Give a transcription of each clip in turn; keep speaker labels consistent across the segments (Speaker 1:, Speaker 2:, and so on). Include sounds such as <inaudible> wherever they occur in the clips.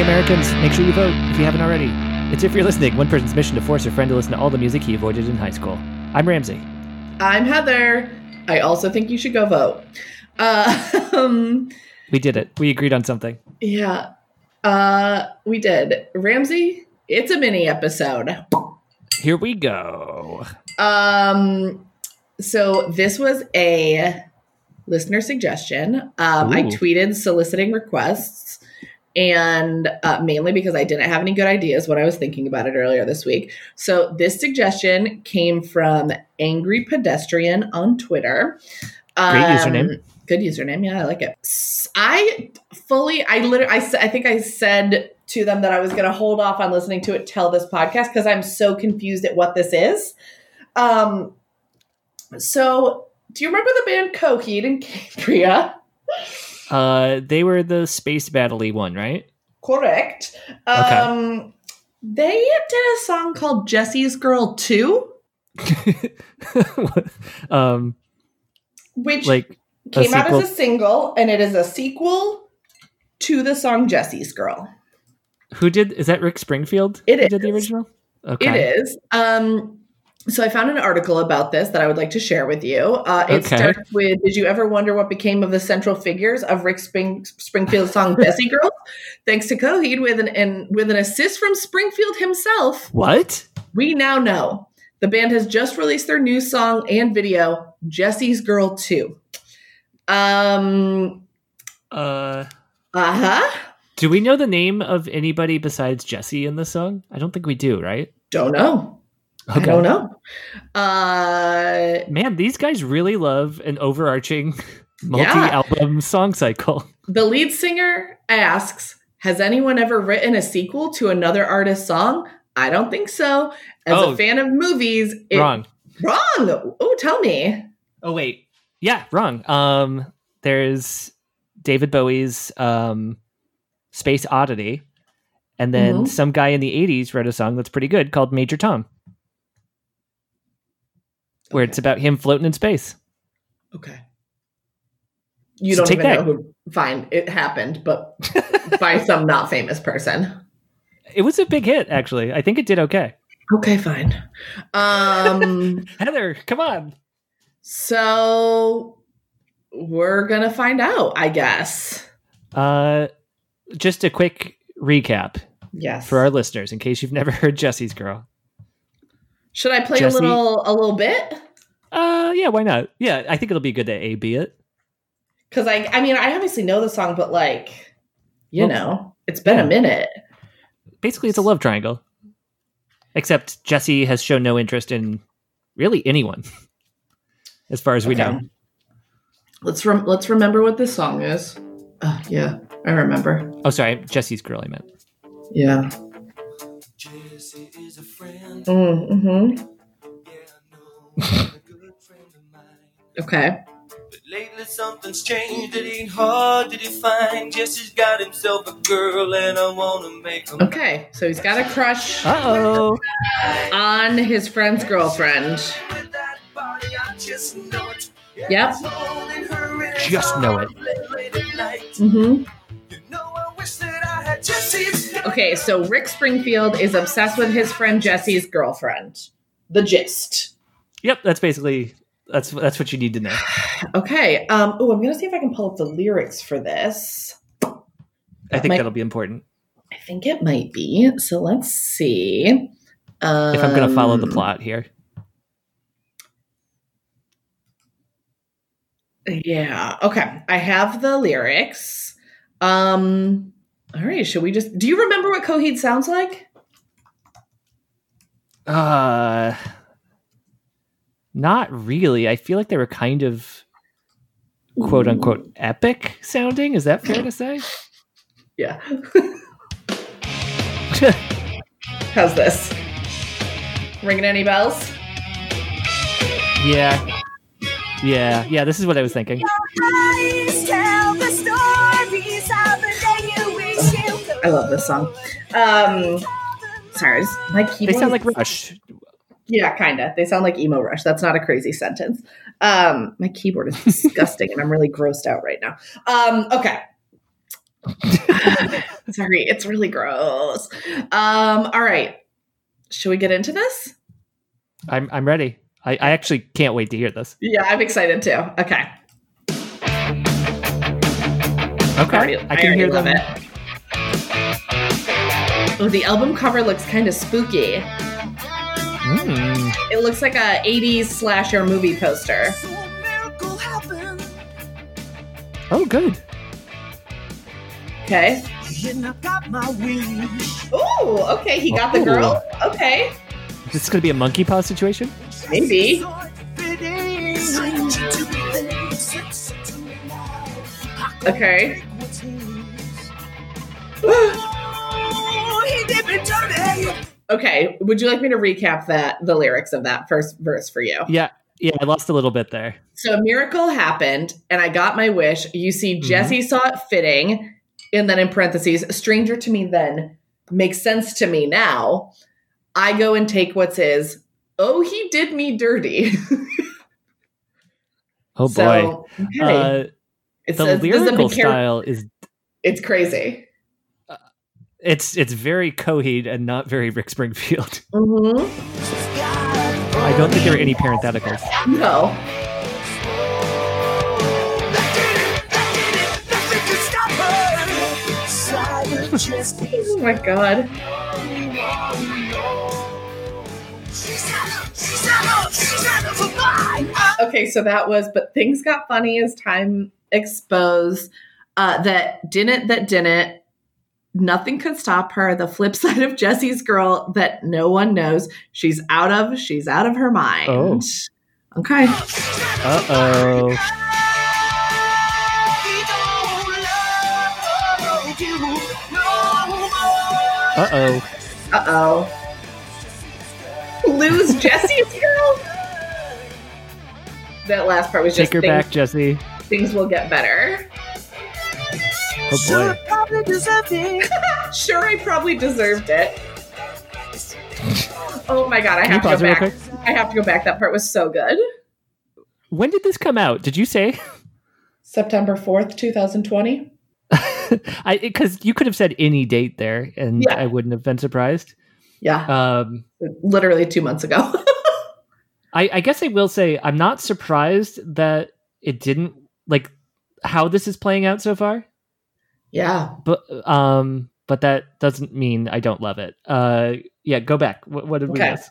Speaker 1: Americans, make sure you vote if you haven't already. It's If You're Listening, one person's mission to force a friend to listen to all the music he avoided in high school. I'm Ramsey.
Speaker 2: I'm Heather. I also think you should go vote. Uh, um,
Speaker 1: We did it. We agreed on something.
Speaker 2: yeah, uh, we did. Ramsey, it's a mini episode.
Speaker 1: Here we go.
Speaker 2: Um, so this was a listener suggestion. Um, I
Speaker 1: Ooh.
Speaker 2: tweeted soliciting requests, and uh, mainly because I didn't have any good ideas when I was thinking about it earlier this week. So this suggestion came from Angry Pedestrian on Twitter. Um,
Speaker 1: Great username.
Speaker 2: Good username. Yeah, I like it. S- I fully, I literally, I, s- I think I said to them that I was going to hold off on listening to it till this podcast because I'm so confused at what this is. Um, so do you remember the band Coheed and Cambria? <laughs>
Speaker 1: Uh, they were the space battle one, right? <laughs>
Speaker 2: Correct. Um, They did a song called Jesse's Girl 2,
Speaker 1: um,
Speaker 2: which
Speaker 1: like
Speaker 2: came out
Speaker 1: sequel-
Speaker 2: as a single, and it is a sequel to the song Jesse's Girl.
Speaker 1: who did? Is that Rick Springfield?
Speaker 2: It
Speaker 1: who did the
Speaker 2: is.
Speaker 1: original. Okay.
Speaker 2: It is. Um, so I found an article about this that I would like to share with you. Uh, it
Speaker 1: Okay.
Speaker 2: starts with Did you ever wonder what became of the central figures of Rick Spring-
Speaker 1: <laughs>
Speaker 2: Springfield's song Jessie Girl? Thanks to Coheed with an, and with an assist from Springfield himself,
Speaker 1: What?
Speaker 2: we now know. The band has just released their new song and video, Jessie's Girl 2. Um,
Speaker 1: Uh,
Speaker 2: uh huh.
Speaker 1: do we know the name of anybody besides Jesse in the song? I don't think we do, right?
Speaker 2: Don't know. I don't know. Uh,
Speaker 1: Man, these guys really love an overarching <laughs> multi-album song cycle.
Speaker 2: The lead singer asks, Has anyone ever written a sequel to another artist's song? I don't think so. As
Speaker 1: Oh.
Speaker 2: a fan of movies, it-
Speaker 1: Wrong.
Speaker 2: Wrong. Oh, tell me.
Speaker 1: Oh wait. Yeah, wrong. Um there's David Bowie's um Space Oddity. And then
Speaker 2: Mhm.
Speaker 1: some guy in the 80s wrote a song that's pretty good called Major Tom. Where it's about him floating in space.
Speaker 2: Okay. You
Speaker 1: So
Speaker 2: don't
Speaker 1: take
Speaker 2: even
Speaker 1: that.
Speaker 2: know who. Fine, it happened, but
Speaker 1: <laughs>
Speaker 2: by some not famous person.
Speaker 1: It was a big hit, actually. I think it did okay.
Speaker 2: Okay, fine. <laughs> Um,
Speaker 1: Heather, come on.
Speaker 2: so we're gonna find out, I guess.
Speaker 1: Uh just a quick recap
Speaker 2: Yes.
Speaker 1: for our listeners in case you've never <laughs> heard Jesse's Girl.
Speaker 2: Should I play
Speaker 1: Jesse-
Speaker 2: a little, a little bit?
Speaker 1: Uh, yeah, why not? Yeah, I think it'll be good to A B it.
Speaker 2: Because I, I mean, I obviously know the song, but like, you
Speaker 1: Well, oh.
Speaker 2: know, it's been
Speaker 1: yeah.
Speaker 2: a minute.
Speaker 1: Basically, it's a love triangle, except Jesse has shown no interest in really anyone, <laughs> as far as we
Speaker 2: Okay.
Speaker 1: know.
Speaker 2: Let's rem- let's remember what this song is. Uh, yeah, I remember.
Speaker 1: Oh, sorry, Jesse's girl. I meant.
Speaker 2: Yeah.
Speaker 3: Jesse is a friend.
Speaker 2: Mm-hmm.
Speaker 3: Yeah,
Speaker 1: <laughs>
Speaker 3: I know. a good friend of mine.
Speaker 2: Okay.
Speaker 3: But lately something's changed. It ain't hard to define. Jesse's got himself a girl, and I wanna make him.
Speaker 2: Okay. So he's got a crush
Speaker 1: Uh oh.
Speaker 2: on his friend's girlfriend.
Speaker 3: With that body, I just know it.
Speaker 2: Yep.
Speaker 3: Holding her in his
Speaker 1: Just know it.
Speaker 3: arms late, late at night.
Speaker 2: Mm-hmm.
Speaker 3: You know I wish that I had Jesse's.
Speaker 2: Okay. So Rick Springfield is obsessed with his friend Jesse's girlfriend. The gist.
Speaker 1: Yep, that's basically that's that's what you need to know.
Speaker 2: Okay. Um. Oh, I'm gonna see if I can pull up the lyrics for this.
Speaker 1: I think
Speaker 2: My-
Speaker 1: that'll be important
Speaker 2: I think it might be. So let's see. Um,
Speaker 1: if I'm going to follow the plot here.
Speaker 2: Yeah. Okay. I have the lyrics. Um all right, should we just do you remember what Coheed sounds like?
Speaker 1: Uh, not really. I feel like they were kind of quote unquote epic sounding. Is that fair to say? <laughs>
Speaker 2: Yeah. How's this? Ringing any bells?
Speaker 1: Yeah. Yeah, yeah, this is what I was thinking.
Speaker 4: Please tell the stories of the day you wish you could.
Speaker 2: I love this song. Um sorry, is my keyboard.
Speaker 1: They sound like Rush.
Speaker 2: Yeah, kinda. They sound like emo rush. That's not a crazy sentence. Um, my keyboard is disgusting, and I'm really grossed out right now. Um, okay, <laughs> Sorry, it's really gross. Um, all right. Should we get into this?
Speaker 1: I'm I'm ready. I, I actually can't wait to hear this.
Speaker 2: Yeah, I'm excited too. Okay.
Speaker 1: Okay,
Speaker 2: already-
Speaker 1: I can
Speaker 2: already
Speaker 1: hear
Speaker 2: love
Speaker 1: them.
Speaker 2: it. Oh, the album cover looks kind of spooky.
Speaker 1: Mm.
Speaker 2: It looks like a 80s slasher movie poster.
Speaker 4: So a miracle happened.
Speaker 1: Oh, good.
Speaker 2: Okay.
Speaker 3: And I've got my wings.
Speaker 2: Ooh, okay, he got the
Speaker 1: Ooh.
Speaker 2: girl.
Speaker 1: <gasps>
Speaker 2: Okay.
Speaker 1: Is this gonna be a monkey paw situation?
Speaker 2: Maybe. Okay. Okay. Would you like me to recap that the lyrics of that first verse for you?
Speaker 1: Yeah, yeah. I lost a little bit there.
Speaker 2: So a miracle happened and I got my wish. You see,
Speaker 1: Mm-hmm.
Speaker 2: Jesse saw it fitting, and then in parentheses, stranger to me then makes sense to me now. I go and take what's his. Oh, he did me dirty.
Speaker 1: <laughs> Oh boy.
Speaker 2: So, okay.
Speaker 1: uh,
Speaker 2: it's,
Speaker 1: the
Speaker 2: it's- this is a
Speaker 1: lyrical
Speaker 2: big char-
Speaker 1: style is
Speaker 2: It's crazy.
Speaker 1: it's it's very Coheed and not very Rick Springfield. <laughs>
Speaker 2: Mm-hmm.
Speaker 1: I don't think there are any parentheticals.
Speaker 2: No. Oh my god. Okay, so that was but things got funny as time exposed. Uh that didn't that didn't. Nothing could stop her. The flip <laughs> side of Jesse's girl that no one knows. She's out of she's out of her mind.
Speaker 1: Oh.
Speaker 2: Okay.
Speaker 1: Uh oh. Uh oh.
Speaker 2: Uh oh. Lose Jesse's girl? That last part was just
Speaker 1: Take her
Speaker 2: things,
Speaker 1: back, Jesse.
Speaker 2: things will get better.
Speaker 1: Oh boy.
Speaker 2: Sure, I probably deserved it. Oh my god, I
Speaker 1: Can you
Speaker 2: have to
Speaker 1: pause
Speaker 2: go
Speaker 1: it real
Speaker 2: back.
Speaker 1: quick?
Speaker 2: I have to go back. That part was so good.
Speaker 1: When did this come out? Did you say?
Speaker 2: September 4th, 2020.
Speaker 1: <laughs> I because you could have said any date there, and
Speaker 2: Yeah.
Speaker 1: I wouldn't have been surprised.
Speaker 2: Yeah,
Speaker 1: Um,
Speaker 2: literally two months ago. <laughs>
Speaker 1: I, I guess I will say I'm not surprised that it didn't like how this is playing out so far,
Speaker 2: yeah.
Speaker 1: but um, but that doesn't mean I don't love it. Uh, yeah, go back. What, what did we
Speaker 2: Okay.
Speaker 1: miss?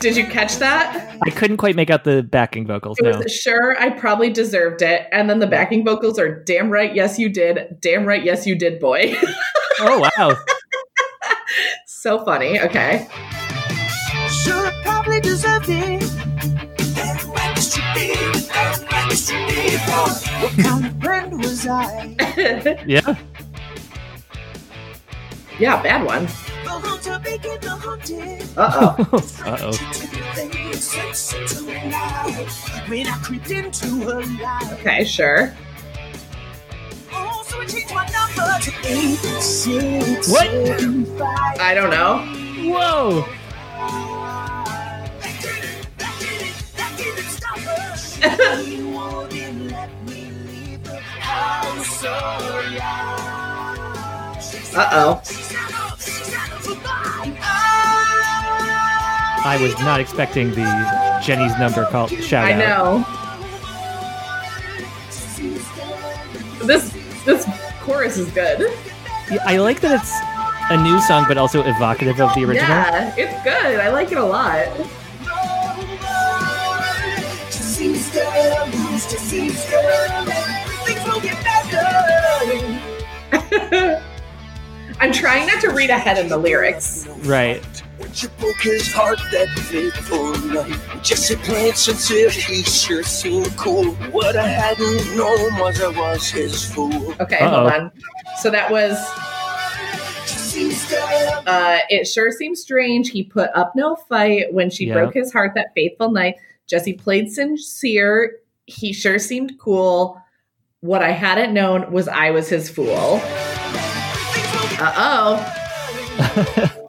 Speaker 2: Did you catch that?
Speaker 1: I couldn't quite make out the backing vocals.
Speaker 2: It
Speaker 1: No,
Speaker 2: was sure, I probably deserved it. And then the backing vocals are damn right, yes, you did. Damn right, yes, you did, boy. <laughs>
Speaker 1: oh wow,
Speaker 2: so funny. Okay. <laughs>
Speaker 1: yeah, <laughs>
Speaker 2: yeah, bad one. Uh oh.
Speaker 1: uh oh.
Speaker 3: When I creeped into her life,
Speaker 2: okay, sure.
Speaker 3: oh, so I changed my number to eight, six,
Speaker 1: What?
Speaker 3: seven, five.
Speaker 2: I don't know.
Speaker 1: Whoa,
Speaker 2: Uh oh.
Speaker 1: I was not expecting the Jenny's number call shout
Speaker 2: I
Speaker 1: out.
Speaker 2: know. This this chorus is good.
Speaker 1: Yeah, I like that it's a new song, but also evocative of the original.
Speaker 2: Yeah, it's good. I like it a lot. <laughs> I'm trying not to read ahead in the lyrics.
Speaker 1: Right.
Speaker 3: When you broke his heart that fateful night, Jesse Plants until he sure seemed cool. What I hadn't known was I was his fool.
Speaker 2: Okay,
Speaker 1: Uh-oh.
Speaker 2: hold on. So that was uh it sure seems strange. He put up no fight when she
Speaker 1: Yeah.
Speaker 2: broke his heart that fateful night. Jesse played sincere. He sure seemed cool. What I hadn't known was I was his fool. Uh oh.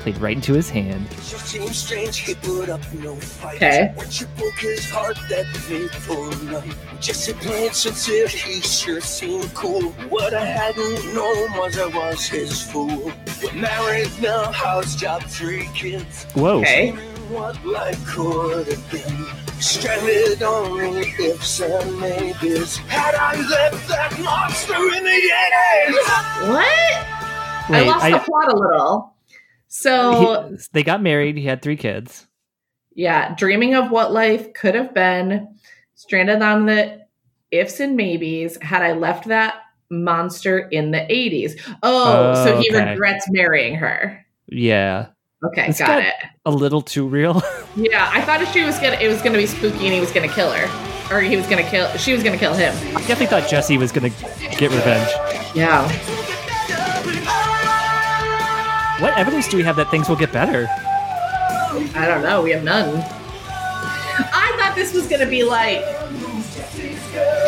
Speaker 1: played right into his hand.
Speaker 3: Just seems strange he put up no fight.
Speaker 2: Okay.
Speaker 3: When she broke his heart that fateful night. Jesse Blanchard said he sure seemed cool. What I hadn't known was I was his fool. We're married now, house job, three kids.
Speaker 1: Whoa.
Speaker 2: Okay.
Speaker 3: What life could have been. Stranded on the ifs and maybes. Had I left that monster in the 80s?
Speaker 2: What? I
Speaker 1: Wait,
Speaker 2: lost the plot a little. So,
Speaker 1: he- they got married. He had three kids.
Speaker 2: yeah, dreaming of what life could have been, stranded on the ifs and maybes, had I left that monster in the 80s. Oh,
Speaker 1: Oh,
Speaker 2: so he
Speaker 1: okay.
Speaker 2: regrets marrying her.
Speaker 1: Yeah.
Speaker 2: Okay,
Speaker 1: It's
Speaker 2: got
Speaker 1: got-
Speaker 2: it.
Speaker 1: A little too real. <laughs>
Speaker 2: Yeah, I thought if she was gonna, it was gonna be spooky and he was gonna kill her, or he was gonna kill, she was gonna kill him.
Speaker 1: I definitely thought Jesse was going to get revenge.
Speaker 2: Yeah,
Speaker 1: What evidence do we have that things will get better?
Speaker 2: I don't know. We have none. I thought this was gonna be like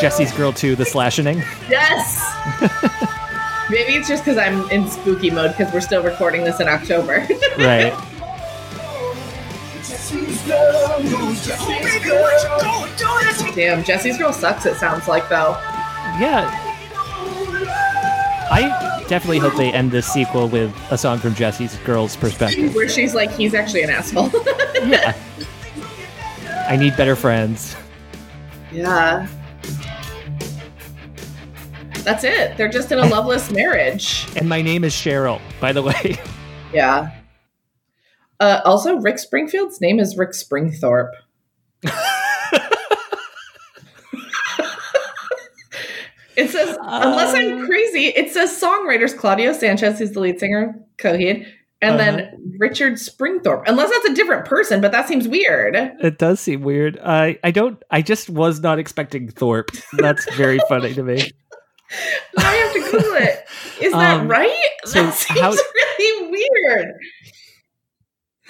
Speaker 1: Jesse's Girl 2, The Slashing.
Speaker 2: yes. Maybe it's just because I'm in spooky mode because we're still recording this in October. <laughs>
Speaker 1: Right.
Speaker 3: Jesse's girl, who's Jesse's girl?
Speaker 2: Damn, Jesse's girl sucks. It sounds like though.
Speaker 1: Yeah. I definitely hope they end this sequel with a song from Jesse's Girl's perspective.
Speaker 2: Where she's like, he's actually an asshole. <laughs>
Speaker 1: Yeah. I need better friends.
Speaker 2: yeah. That's it. They're just in a loveless marriage.
Speaker 1: And my name is Cheryl, by the way. <laughs>
Speaker 2: Yeah. Uh, also, Rick Springfield's name is Rick Springthorpe. <laughs> it says, unless I'm crazy, it says songwriters Claudio Sanchez, who's the lead singer of Coheed, and then Richard Springthorpe. Unless that's a different person, but that seems weird.
Speaker 1: It does seem weird. I I don't I just was not expecting Thorpe. That's very funny to me.
Speaker 2: I have to Google it. Is that
Speaker 1: Um,
Speaker 2: right?
Speaker 1: so
Speaker 2: that seems
Speaker 1: how-
Speaker 2: <laughs> really weird.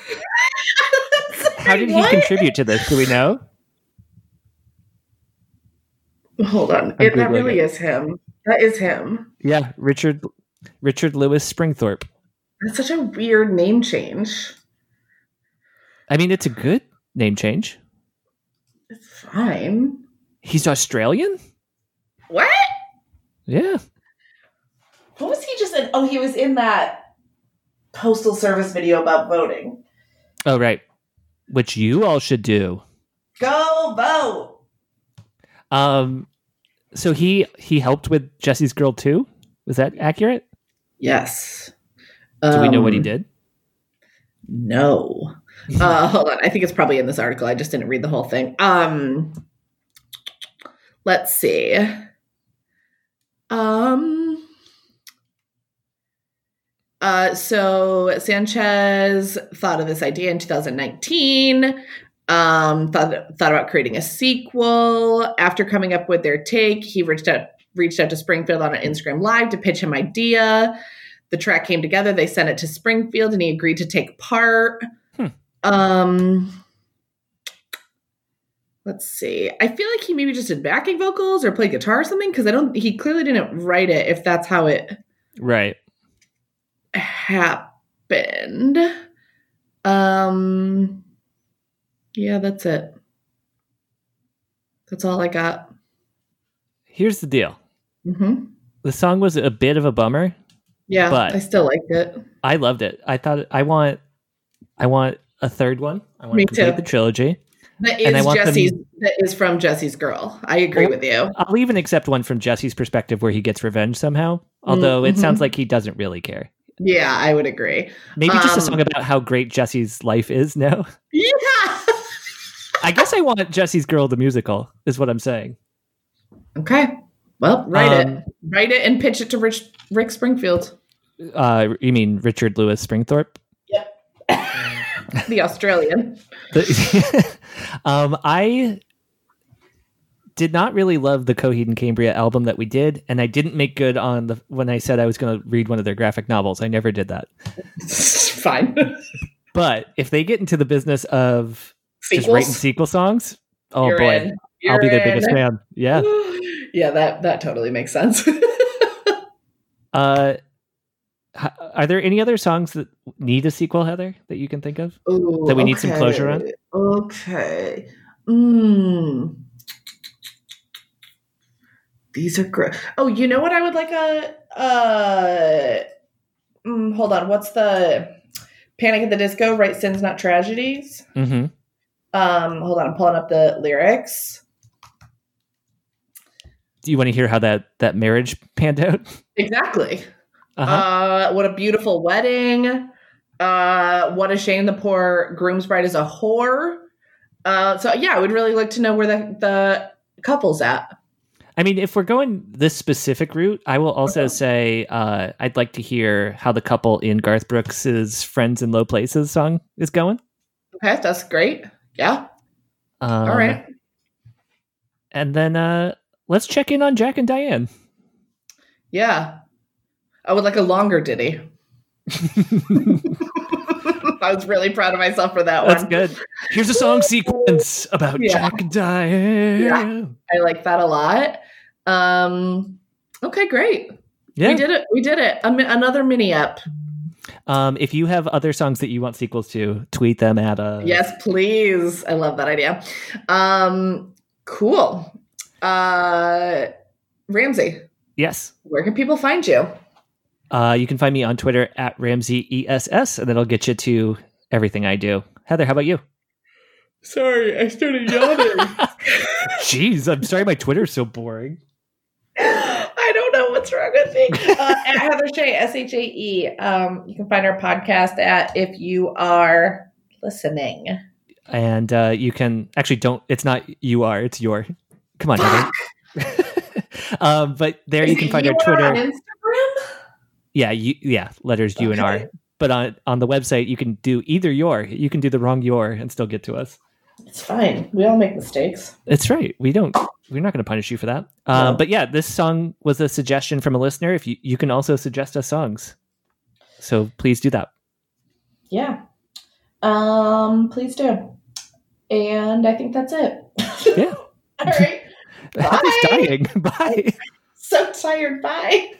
Speaker 2: <laughs>
Speaker 1: How did he
Speaker 2: What?
Speaker 1: contribute to this? Do we know?
Speaker 2: Hold on.
Speaker 1: I'm
Speaker 2: It, that
Speaker 1: Googling
Speaker 2: really
Speaker 1: it.
Speaker 2: is him. That is him.
Speaker 1: Yeah, Richard Richard Lewis Springthorpe.
Speaker 2: That's such a weird name change.
Speaker 1: I mean, it's a good name change.
Speaker 2: It's fine.
Speaker 1: He's Australian?
Speaker 2: What?
Speaker 1: Yeah.
Speaker 2: What was he just in? Oh, he was in that postal service video about voting.
Speaker 1: Oh right. Which you all should do.
Speaker 2: Go vote.
Speaker 1: Um so he he helped with Jesse's Girl too? Was that accurate?
Speaker 2: Yes.
Speaker 1: Do we know what he
Speaker 2: Um,
Speaker 1: did?
Speaker 2: No. Uh, hold on. I think it's probably in this article. I just didn't read the whole thing. Um, let's see. Um. Uh, so Sanchez thought of this idea in 2019. Um, thought thought about creating a sequel. After coming up with their take, he reached out reached out to Springfield on an Instagram Live to pitch him idea the track came together. They sent it to Springfield, and he agreed to take part.
Speaker 1: Hmm.
Speaker 2: Um, let's see. I feel like he maybe just did backing vocals or played guitar or something because I don't. He clearly didn't write it. If that's how it
Speaker 1: Right.
Speaker 2: happened, um, yeah, that's it. That's all I got.
Speaker 1: Here's the deal.
Speaker 2: hmm
Speaker 1: The song was a bit of a bummer.
Speaker 2: Yeah,
Speaker 1: But-
Speaker 2: I still liked it.
Speaker 1: I loved it. I thought I want I want a third one. I want
Speaker 2: Me
Speaker 1: to complete
Speaker 2: too.
Speaker 1: the trilogy.
Speaker 2: That
Speaker 1: And I
Speaker 2: is
Speaker 1: want them-
Speaker 2: Jesse's. That is from Jesse's girl. I agree
Speaker 1: Oh.
Speaker 2: with you.
Speaker 1: I'll even accept one from Jesse's perspective where he gets revenge somehow. Although it
Speaker 2: mhm.
Speaker 1: sounds like he doesn't really care.
Speaker 2: Yeah, I would agree.
Speaker 1: Maybe just a
Speaker 2: Um,
Speaker 1: song about how great Jesse's life is now. <laughs>
Speaker 2: Yeah.
Speaker 1: I guess I want Jesse's Girl the musical is what I'm saying.
Speaker 2: <laughs> Okay. Well, write
Speaker 1: Um,
Speaker 2: it. Write it and pitch it to Rich, Rick Springfield,
Speaker 1: Uh, you mean Richard Lewis Springthorpe? <laughs>
Speaker 2: the Australian.
Speaker 1: The- <laughs> um, I did not really love the Coheed and Cambria album that we did, and I didn't make good on the when I said I was going to read one of their graphic novels. I never did that.
Speaker 2: Fine.
Speaker 1: But if they get into the business of just
Speaker 2: Sequels.
Speaker 1: writing sequel songs, oh
Speaker 2: You're
Speaker 1: boy,
Speaker 2: in.
Speaker 1: I'll be their
Speaker 2: You're in.
Speaker 1: biggest fan.
Speaker 2: <laughs>
Speaker 1: Yeah.
Speaker 2: <gasps> Yeah, that that totally makes sense.
Speaker 1: Uh, h- are there any other songs that need a sequel, Heather, that you can think of?
Speaker 2: Ooh,
Speaker 1: That we need some closure on?
Speaker 2: Okay. Mm. These are great. Oh, you know what? I would like a. Uh, mm, hold on. What's the Panic at the Disco? Right, sins not tragedies.
Speaker 1: Mm-hmm.
Speaker 2: Um, hold on. I'm pulling up the lyrics.
Speaker 1: Do you want to hear how that that marriage <laughs> panned out?
Speaker 2: Exactly.
Speaker 1: Uh-huh.
Speaker 2: Uh, what a beautiful wedding. Uh, what a shame the poor groom's bride is a whore. Uh, so yeah, I would really like to know where the, the couple's at.
Speaker 1: I mean, if we're going this specific route, I will also say uh, I'd like to hear how the couple in Garth Brooks's "Friends in Low Places" song is going.
Speaker 2: Okay, that's great. Yeah.
Speaker 1: Um,
Speaker 2: All right.
Speaker 1: and then uh, let's check in on Jack and Diane.
Speaker 2: Yeah. I would like a longer ditty. <laughs> I was really proud of myself for that
Speaker 1: That's
Speaker 2: one.
Speaker 1: good. Here's a song sequence about
Speaker 2: Yeah.
Speaker 1: Jack and Diane.
Speaker 2: I like that a lot. Um, okay, great.
Speaker 1: Yeah.
Speaker 2: We did it. We did it. A mi- another mini up.
Speaker 1: Um, if you have other songs that you want sequels to, tweet them at uh,
Speaker 2: Yes, please. I love that idea. Um, cool. Uh, Ramsey,
Speaker 1: Yes.
Speaker 2: where can people find you?
Speaker 1: Uh, you can find me on Twitter at Ramsey ESS, and that'll get you to everything I do. Heather, how about you?
Speaker 2: Sorry, I started
Speaker 1: <laughs>
Speaker 2: yawning.
Speaker 1: Jeez, I'm sorry my Twitter's so boring.
Speaker 2: I don't know what's wrong with
Speaker 1: <laughs>
Speaker 2: me. Uh, at Heather Shea, S H A E. Um, you can find our podcast at if you are listening.
Speaker 1: And uh, you can actually don't. It's not you are. It's your. Come on, Heather. <laughs> um, but there you
Speaker 2: Is
Speaker 1: can
Speaker 2: it
Speaker 1: find our
Speaker 2: you are on
Speaker 1: Twitter.
Speaker 2: Instagram?
Speaker 1: Yeah, you, yeah, letters U and
Speaker 2: Okay.
Speaker 1: R. But on on the website, you can do either your. You can do the wrong your and still get to us.
Speaker 2: It's fine. We all make mistakes.
Speaker 1: That's right. We don't. We're not going to punish you for that. Uh,
Speaker 2: No.
Speaker 1: But yeah, this song was a suggestion from a listener. If you you can also suggest us songs, so please do that. <laughs>
Speaker 2: Yeah. Um, please do. And I think that's it. <laughs>
Speaker 1: Yeah.
Speaker 2: all right.
Speaker 1: Heather's dying. <laughs> Bye.
Speaker 2: So tired. Bye.